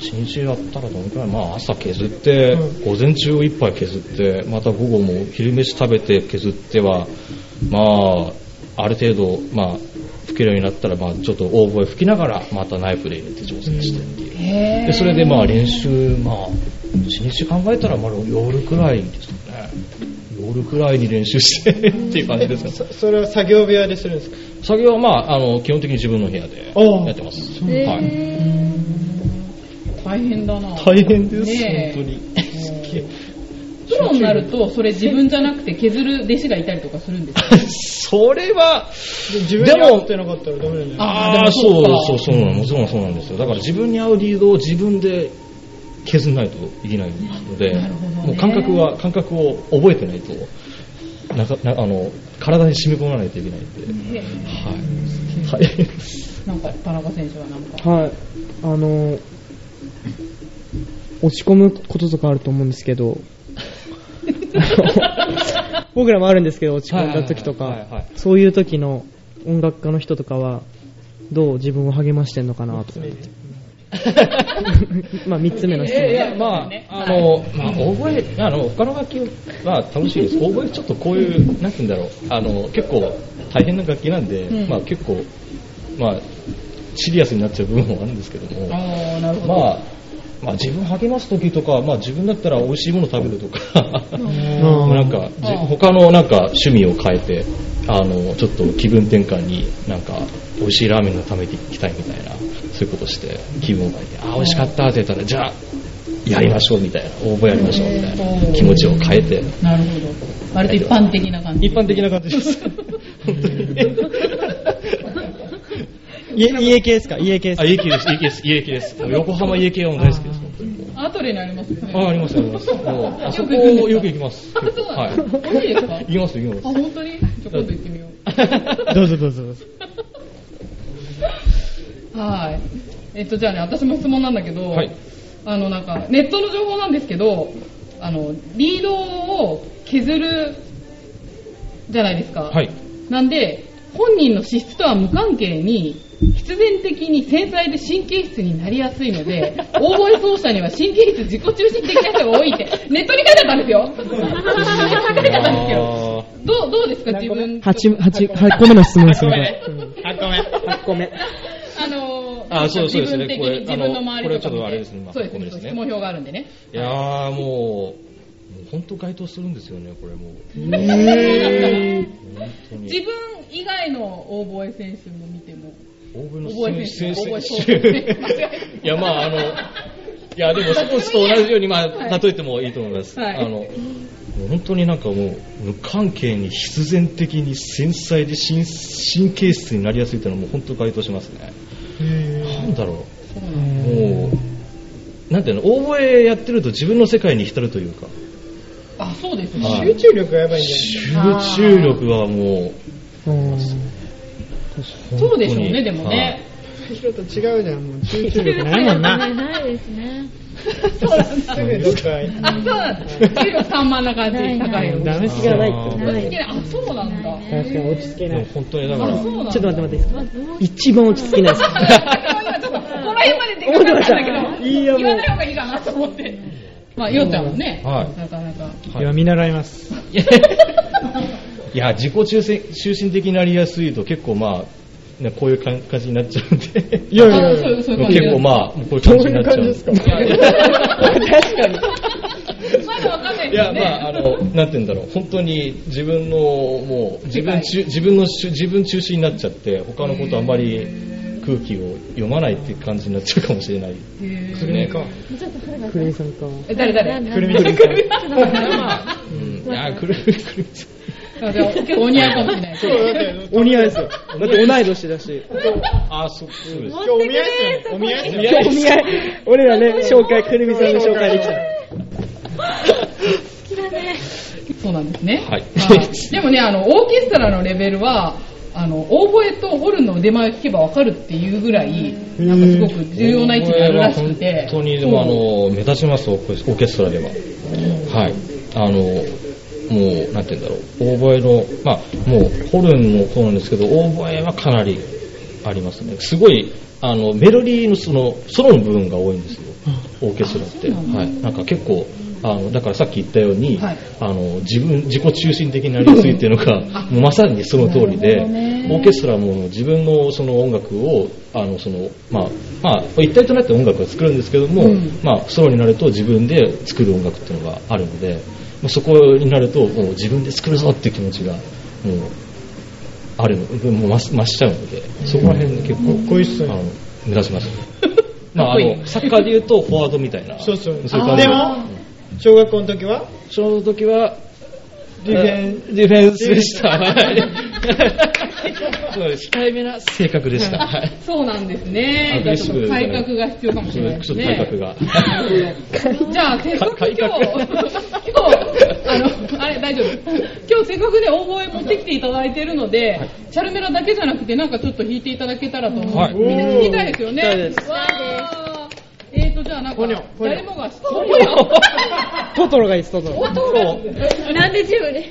Speaker 2: 一日やったらどのくらい、まあ、朝削って、午前中を一杯削って、また午後も昼飯食べて削っては、まあ、ある程度、まあ、吹けるようになったら、まあ、ちょっと大声吹きながら、またナイフで入れて調整してっていう、
Speaker 1: へ
Speaker 2: でそれでまあ練習、まあ、一日考えたら、まあ、夜くらいですかね。夜くらいに練習してっていう感じですかね
Speaker 5: そそれは作業部屋でするんですか
Speaker 2: 作業は、まあ、あの基本的に自分の部屋で
Speaker 5: おう
Speaker 2: やってます。
Speaker 4: え
Speaker 2: はい、
Speaker 1: ー大変だな。
Speaker 2: 大変です、
Speaker 1: ねえ
Speaker 2: 本当に。
Speaker 1: プロになると、それ自分じゃなくて削る弟子がいたりとかするんですか
Speaker 2: それは、
Speaker 5: で自分
Speaker 2: で
Speaker 5: で
Speaker 2: も
Speaker 5: 合ってなかったらダメなんじゃない
Speaker 2: ああ、そうそうそうなの、もちろんそうなんですよ。だから自分に合うリードを自分で削らないといけないので、
Speaker 1: なるほどね
Speaker 2: もう感覚は、感覚を覚えてないと、なかなあの体に染み込まないといけないんで、
Speaker 1: ね
Speaker 2: はい。はい
Speaker 1: なんか、田中選手はなんか。
Speaker 3: はい。あの、落ち込むこととかあると思うんですけ ど、僕らもあるんですけど、落ち込んだ時と
Speaker 2: はいはいはいは
Speaker 3: か
Speaker 2: い、
Speaker 3: そういう時の音楽家の人とかは、どう自分を励ましてんのかなと思って。まあ、三つ目の質問。
Speaker 2: いや、まあ、あの、まあ、大声、あの、他の楽器は楽しいです。大声ちょっとこういう、なんて言うんだろう、あの、結構大変な楽器なんで、
Speaker 1: うん
Speaker 2: まあ結構、まあ、シリアスになっちゃう部分もあるんですけども、
Speaker 1: ああ、なるほど。
Speaker 2: まあ、まあ自分励ます時とか、まあ自分だったら美味しいもの食べるとか、
Speaker 5: うん
Speaker 2: なんか、じ他のなんか趣味を変えて、あの、ちょっと気分転換になんか、美味しいラーメンが食べていきたいみたいな、そういうことして、気分を変えて、あー、美味しかったって言ったら、じゃあ、やりましょうみたいな、応募やりましょうみたいな気持ちを変えて、
Speaker 1: なるほど。割と一般 的な感じ。
Speaker 2: 一般的な感じです。本当に。
Speaker 5: 家家系ですか家系です
Speaker 2: あ、家系です、家系です、家系です。もう横浜家系はもう大好きです、本当に。
Speaker 1: アトレにあります よね。
Speaker 2: あ、あります、あります。もう、あそこ
Speaker 1: よく行くんですか
Speaker 2: よく行きます。
Speaker 1: あそうなんですか
Speaker 2: は
Speaker 1: 美味し
Speaker 2: い
Speaker 1: いですか
Speaker 2: 行きます、行き
Speaker 1: あ、
Speaker 2: ます。
Speaker 1: 本当にじゃあ今度行ってみよ
Speaker 5: どうぞどうぞどうぞ。
Speaker 1: う。はい。えっと、じゃあね、私も質問なんだけど、
Speaker 2: はい
Speaker 1: あの、なんか、ネットの情報なんですけど、あの、リードを削るじゃないですか。
Speaker 2: はい。
Speaker 1: なんで、本人の資質とは無関係に、必然的に繊細で神経質になりやすいの で、大声奏者には神経質自己中心的な人が多いって、ネットに書いてあったんです よ。書いてあったんですけど。
Speaker 2: あ
Speaker 1: どう、どうですか、自分。
Speaker 5: 八、八、八個目の質問です ね。
Speaker 6: あ、ごめん。
Speaker 3: 8個目。
Speaker 1: あのー、
Speaker 2: あそうそうですね
Speaker 1: 自分的
Speaker 2: これ
Speaker 1: に自分の周りとか見て
Speaker 2: あのこれちょっとあれですねまあ
Speaker 1: そうですね、
Speaker 2: ここですね
Speaker 1: 質問票があるんでね。
Speaker 2: ーいやー、もう、もう本当該当するんですよね、これもう。本当
Speaker 1: 自
Speaker 2: に。
Speaker 1: 分以外のオーボエ選手も見ても。
Speaker 2: 大分の
Speaker 1: 覚え選
Speaker 2: 選
Speaker 1: 手覚え
Speaker 2: 手
Speaker 1: そうですね
Speaker 2: いや、まあ、あの、いや、でも、スポーツと同じように、ま
Speaker 1: は
Speaker 2: あ、
Speaker 1: い
Speaker 2: 例えてもいいと思います。
Speaker 1: はい
Speaker 2: あの、もう本当になんかもう、無関係に必然的に繊細で神神経質になりやすいというのは、もう本当該当しますね。なんだろ
Speaker 1: そう
Speaker 2: う、もう、なんていうの、大声やってると自分の世界に浸るというか、
Speaker 1: あ、そうですね。
Speaker 2: はい
Speaker 6: 集中力がやばいんだよね。
Speaker 2: 集中力はもう、
Speaker 1: そうでしょう
Speaker 2: 本当
Speaker 1: ね、
Speaker 2: に
Speaker 1: でもね。
Speaker 6: 後ろと違うじゃん、もう集中力。
Speaker 5: ないもんな。
Speaker 4: ねないですね。
Speaker 1: そうなんだ。
Speaker 6: すぐどっかへ。
Speaker 1: あ、そうなんだ。重力散漫な感じ
Speaker 4: ない、
Speaker 1: 高い
Speaker 4: ない
Speaker 1: よ。
Speaker 5: ダメしがないって。
Speaker 4: な
Speaker 1: 落ち着
Speaker 4: い
Speaker 1: けないあ、そうなんだ。
Speaker 4: ない
Speaker 3: 確かに落ち着け
Speaker 2: はい
Speaker 3: な
Speaker 2: もう
Speaker 3: い。
Speaker 2: 本当にだから
Speaker 1: あ、、そうなんだ。
Speaker 3: ちょっと待って待っていいですか
Speaker 4: まあどうし
Speaker 3: 一番落ち着けないです。
Speaker 1: ちょっと、この辺までできなかったんだけ
Speaker 3: 思ってました
Speaker 1: ど、
Speaker 3: いいよもう
Speaker 1: 言わない方がいいかなと思って。まあ、ようちゃんもね、
Speaker 2: はい
Speaker 1: なかなか。
Speaker 5: いや、見習います。
Speaker 2: いや、自己中心中心的になりやすいと結構まあ、ね、こういう感感じになっちゃうんで。
Speaker 5: いやい
Speaker 1: あ
Speaker 5: やい
Speaker 1: そう
Speaker 5: や。
Speaker 1: そういう感じ
Speaker 2: 結構まあ、こういう感じになっちゃうんで。
Speaker 3: どういう感じ確かに。
Speaker 1: まだわかんない
Speaker 2: い
Speaker 1: です
Speaker 2: や、
Speaker 1: よね。
Speaker 2: まあ、あの、なんて言うんだろう、本当に自分の、もう、自分中、自分の主、自分中心になっちゃって、他のことあんまり空気を読まないっていう感じになっちゃうかもしれない。
Speaker 1: へ
Speaker 2: くるみか。
Speaker 4: ちょっと腹が
Speaker 3: くるみさんか。
Speaker 1: ー誰誰
Speaker 4: くるみ
Speaker 5: くるみ
Speaker 2: うん。いや、くるみ、くるみさん。
Speaker 1: あでも結構お似合いかもしれない。
Speaker 6: そう、だって、
Speaker 5: お似合いですよ。だって同い年だし。
Speaker 2: あ、そ、そうです。
Speaker 6: 今日お見合いっすよね。お見合いっすよね。
Speaker 5: 今日お見合い、俺らね、紹介、くるみさんの紹介できた。
Speaker 1: そうなんですね。
Speaker 2: はい
Speaker 1: でもね、あの、オーケストラのレベルは、あの、オーボエとホルンの腕前を聞けばわかるっていうぐらい、なんかすごく重要な位置にあるらしくて。
Speaker 2: これは本当にでもあの目立ちますオーケストラでは、はいあのもうなんて言うんだろうオーボエのまあもうホルンもそうなんですけどオーボエはかなりありますねすごいあのメロディーのそのソロの部分が多いんですよオーケストラってはいなんか結構あのだからさっき言ったように、
Speaker 1: はい
Speaker 2: あの自分自己中心的になりやすいっていうのがもうまさにその通りで、オーケストラも自分のその音楽をあのその、まあまあ、一体となって音楽を作るんですけども、まあ、ソロになると自分で作る音楽っていうのがあるので、まあ、そこになるともう自分で作るぞっていう気持ちがもうあるのもう増し増しちゃうのでそこら辺で結構かっこいいっす、あの目指します。まあ、あのサッカーで言うとフォワードみたいな
Speaker 6: そうそう。
Speaker 2: いう感じ
Speaker 6: でも、小学校の時は
Speaker 2: その時は
Speaker 6: ディフェン
Speaker 2: ディフェンスでした。 はいそうです控えめな性格でした。はい
Speaker 1: そうなんですね
Speaker 2: ア。グ
Speaker 1: じゃあち
Speaker 2: レッシ
Speaker 1: ょっ
Speaker 2: ブ
Speaker 1: と改革が必要かもしれないで
Speaker 2: ち
Speaker 1: す
Speaker 2: ょっと
Speaker 1: ね。
Speaker 2: 体格が。
Speaker 1: じゃあ、せっかく今日、今日、あの、あれ、大丈夫。今日せっかくね、大声持ってきていただいてるので、チャルメラだけじゃなくて、なんかちょっと弾いていただけたらと思う。
Speaker 2: はい
Speaker 1: みんな聞きたいですよね。
Speaker 5: 聞きたいで
Speaker 1: わーえーと、じゃあなんか、誰もが知ってる。
Speaker 5: トトロがいいです、トトロ。
Speaker 4: なんで自分で。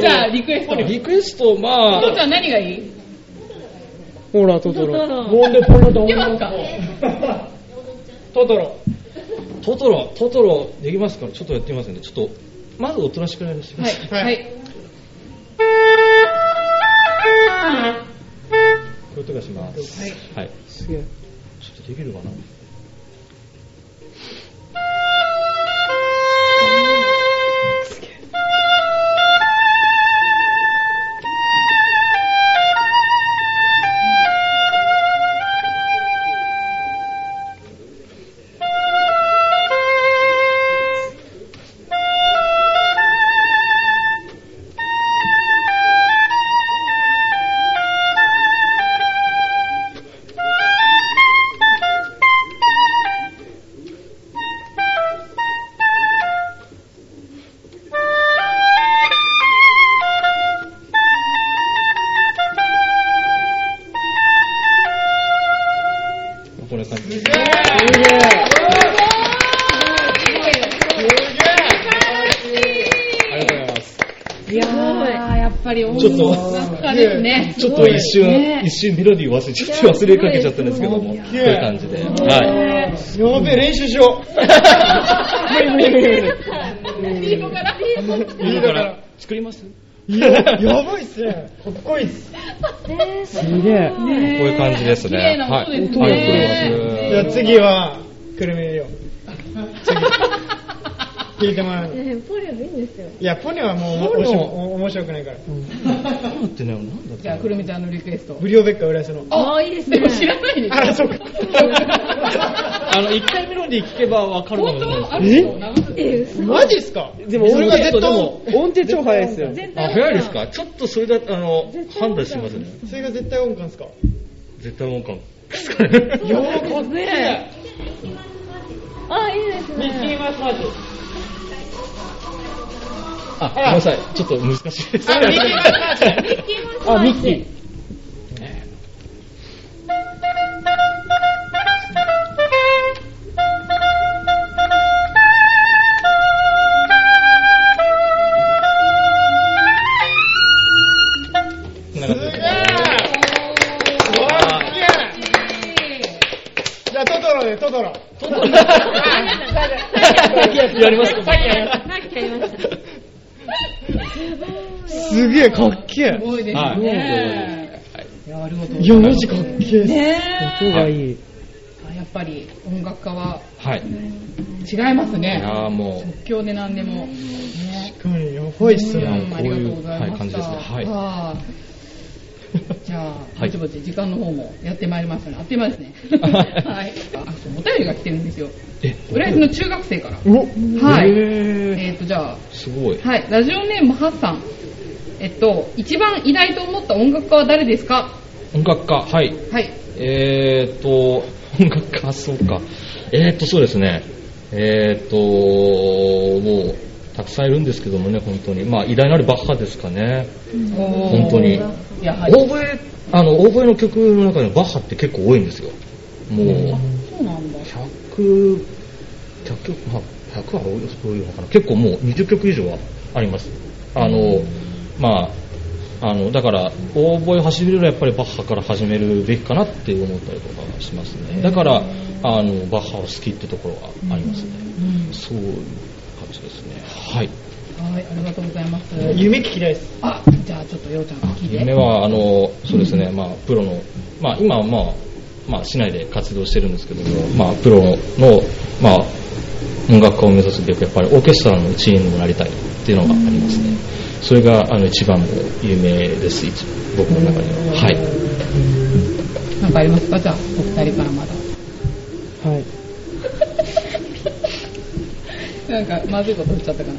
Speaker 1: じゃあ、リクエスト。
Speaker 2: リクエスト、ま
Speaker 1: お父ち
Speaker 2: あ、
Speaker 1: ゃん何がいい
Speaker 5: ほら、トト
Speaker 4: そう
Speaker 5: ロ。
Speaker 4: なの
Speaker 5: ボンデポル
Speaker 1: いけますか
Speaker 2: トトロ。トトロ、トトロできますから、ちょっとやってみますんで、ちょっと、まずおとなしくなりしてくだ
Speaker 1: は
Speaker 2: さい。
Speaker 1: い。はい。
Speaker 2: こういう音がします。はい。
Speaker 5: すげえ。
Speaker 2: ちょっとできるかな
Speaker 5: ます。ありがとうございます。
Speaker 3: いやー、
Speaker 1: あーやっぱり音
Speaker 2: ちょっと
Speaker 1: 楽家ですね。
Speaker 2: ちょっと一瞬、
Speaker 1: ね
Speaker 2: 一瞬メロディー忘れちゃって、忘れかけちゃったんですけども、こういう感じで。はい。
Speaker 6: やべえ、練習し よ
Speaker 3: 無理無理無理。
Speaker 1: いいのかな
Speaker 6: う。いいだから。
Speaker 2: 作ります
Speaker 6: やばいっすね。かっこいいっす。
Speaker 4: えー、す
Speaker 3: すげえ。
Speaker 2: こういう感じですね。
Speaker 1: 綺麗な音ですね
Speaker 2: はい。ありがとうござい
Speaker 6: じゃ
Speaker 2: ま
Speaker 6: あ
Speaker 2: す。
Speaker 6: 次は、くるみ入れよう。次。聞いてもらうの。
Speaker 4: ねポリオもいいんですよ。
Speaker 6: いや、ポニョはもう、おもしお面白くないから。
Speaker 2: どうってね、なんだっ
Speaker 1: じゃあ、くるみちゃんのリクエスト。
Speaker 6: ブリオベッカ浦安の。
Speaker 4: ああ、いいです
Speaker 1: で
Speaker 4: ね。
Speaker 1: も知らないでしょ
Speaker 6: あら、そうか。
Speaker 2: あの、一回メロディー聞けばわかるかも
Speaker 1: 本
Speaker 2: しれないです
Speaker 1: 当あ
Speaker 2: けど
Speaker 1: るよ長く
Speaker 4: えー、嘘。
Speaker 6: マジっすか
Speaker 3: でも
Speaker 6: それが絶対
Speaker 3: 音程、音程超早いですよ。
Speaker 4: 全
Speaker 2: あ、
Speaker 4: 体
Speaker 2: 早いですかちょっとそれだと、あの、判断しますね。
Speaker 6: それが絶対音感っすか
Speaker 2: 絶対音感ですかね。
Speaker 4: かっこいい。ああ、いいですね。
Speaker 2: あ、ごめんなさい。ちょっと難しいです。
Speaker 6: あミッキーマウス
Speaker 3: あ、ミッキー。
Speaker 6: すげえすごいすげえ
Speaker 2: すげ
Speaker 6: じゃあ、トトロで、トトロ。
Speaker 2: やりますか
Speaker 6: すげえ、かっけえ
Speaker 1: す。ごいです
Speaker 2: はい
Speaker 1: ね。いや、ありがとうござい
Speaker 6: いや、マジかっけえっす。
Speaker 1: ます。
Speaker 3: 音がいい。
Speaker 1: やっぱり音楽家は
Speaker 2: はい。い
Speaker 1: 違いますね。
Speaker 2: やーも
Speaker 1: 即興で何でも。
Speaker 6: 確かに、やばいっす
Speaker 2: う、い
Speaker 6: ね
Speaker 2: や。
Speaker 1: うん
Speaker 2: ー
Speaker 1: あ
Speaker 2: こう
Speaker 1: りが
Speaker 2: い
Speaker 1: とうご
Speaker 2: う、
Speaker 1: ざ
Speaker 2: はいい、
Speaker 1: ま
Speaker 2: 感
Speaker 1: し
Speaker 2: じ
Speaker 1: た。
Speaker 2: ですね。はい。
Speaker 1: はいじゃあ、ぼ
Speaker 2: い
Speaker 1: ちぼち時間の方もやってまいりましたね。あっという間ですね。 はい。あ、そうお便りが来てるんですよ。
Speaker 2: え、
Speaker 1: 浦安の中学生から。
Speaker 2: お
Speaker 1: はい。
Speaker 2: へー
Speaker 1: えっ、と、じゃあ、
Speaker 2: すごい。
Speaker 1: はい、ラジオネーム、ハッサン。えっと、一番偉大と思った音楽家は誰ですか
Speaker 2: 音楽家、はい。
Speaker 1: はい。
Speaker 2: えーっと、音楽家、そうか。えーっと、そうですね。えーっと、もう、たくさんいるんですけどもね、本当に。まあ、偉大なるバッハですかね。
Speaker 1: 本
Speaker 2: 本当に。
Speaker 1: やはり。
Speaker 2: オーボエ、あの、オーボエの曲の中でもバッハって結構多いんですよ。もう、
Speaker 1: そうなんだ。
Speaker 2: 100、100曲、まあ、100は多いそういうのかな。結構もう20曲以上はあります。あの、まあ、あの、だから、オーボエ始めるよりはやっぱりバッハから始めるべきかなって思ったりとかはしますね。だから、あの、バッハを好きってところはありますね。
Speaker 1: うん
Speaker 2: そういう感じですね。はい。
Speaker 1: はい、ありがとうございます。
Speaker 6: 夢聞きたいっす。
Speaker 1: あ、じゃあちょっとようちゃん聞いて。
Speaker 2: 夢はあのそうですね、まあ、プロの、まあ、今は、まあまあ、市内で活動してるんですけども、まあ、プロの、まあ、音楽家を目指すべくやっぱりオーケストラの一員にもなりたいっていうのがありますね、それがあの一番の夢です一僕の中でははい
Speaker 1: なんかありますかじゃあ、お二人からまだ。
Speaker 3: はい。
Speaker 1: なんか、まずいこと言っちゃったかな。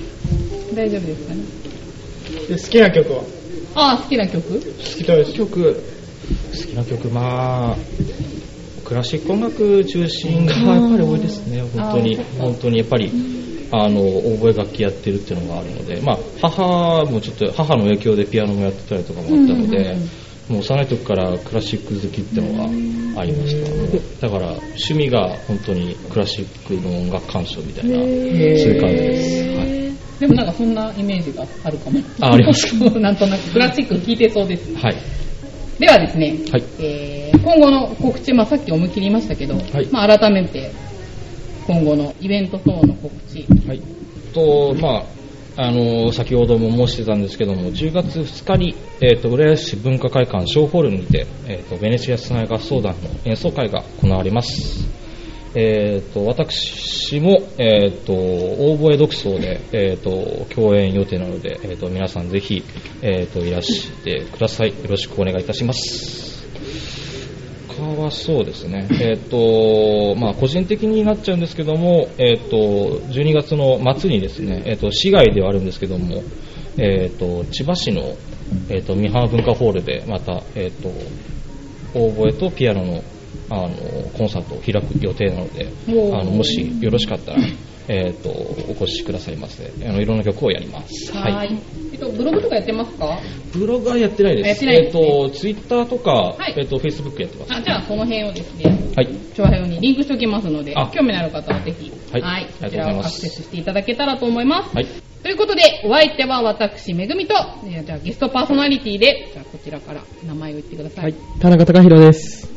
Speaker 1: 大丈夫ですかね。
Speaker 6: で好きな曲は
Speaker 1: あ、好きな曲
Speaker 6: 聞きたいです。
Speaker 2: 曲好きな曲まあクラシック音楽中心がやっぱり多いですね本当に本当にやっぱりあの覚え楽器やってるっていうのがあるので、まあ、母もちょっと母の影響でピアノもやってたりとかもあったので、もう幼い時からクラシック好きっていうのがありましただから趣味が本当にクラシックの音楽鑑賞みたいなそういう感じです、はい、
Speaker 1: でもなんかそんなイメージがあるかも。
Speaker 2: ああります
Speaker 1: かなんとなく、クラシック聞いてそうです。
Speaker 2: はい
Speaker 1: ではですね、
Speaker 2: はい
Speaker 1: えー今後の告知、まあ、さっき思い切り言いましたけど、
Speaker 2: はい
Speaker 1: まあ、改めて今後のイベント等の告知、
Speaker 2: はい、と、まあ、あの先ほども申してたんですけども10月2日に、えー、と浦安市文化会館小ホールにて、えー、とベネチアスナイ合奏団の演奏会が行われます、えー、と私も、えー、とオーボエ独奏で、えー、と共演予定なので、えー、と皆さんぜひ、えー、といらしてくださいよろしくお願いいたします他はそうですね、えっ、と、まあ、個人的になっちゃうんですけども、えっ、と、12月の末にですね、えっ、と、市外ではあるんですけども、えっ、と、千葉市の、えっ、と、三原文化ホールで、また、えっ、と、オーボエとピアノの、あの、コンサートを開く予定なので、
Speaker 1: おー
Speaker 2: あの、もしよろしかったら、えっ、と、お越しくださいませ。あの、いろんな曲をやります。
Speaker 1: は。い。えっと、ブログとかやってますか
Speaker 2: ブログはやってないです。
Speaker 1: やってない
Speaker 2: えっ、と、ツイッターとか、
Speaker 1: い
Speaker 2: えっ、と、フェイスブックやってます。
Speaker 1: あ、じゃあ、この辺をですね、
Speaker 2: はい。
Speaker 1: 調和用にリンクしておきますので
Speaker 2: あ、
Speaker 1: 興味のある方はぜひ、
Speaker 2: はい
Speaker 1: そちらを
Speaker 2: ありがとうござい
Speaker 1: ア
Speaker 2: ま
Speaker 1: ク
Speaker 2: す
Speaker 1: セスしていただけたらと思います。
Speaker 2: はい。
Speaker 1: ということで、お相手は私、めぐみと、えーじゃあ、ゲストパーソナリティで、じゃあ、こちらから名前を言ってください。
Speaker 3: はい、田中隆弘です。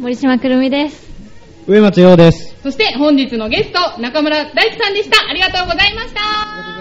Speaker 4: 森島くるみです。
Speaker 5: 上松洋です。
Speaker 1: そして、本日のゲスト、中村大地さんでした。ありがとうございました。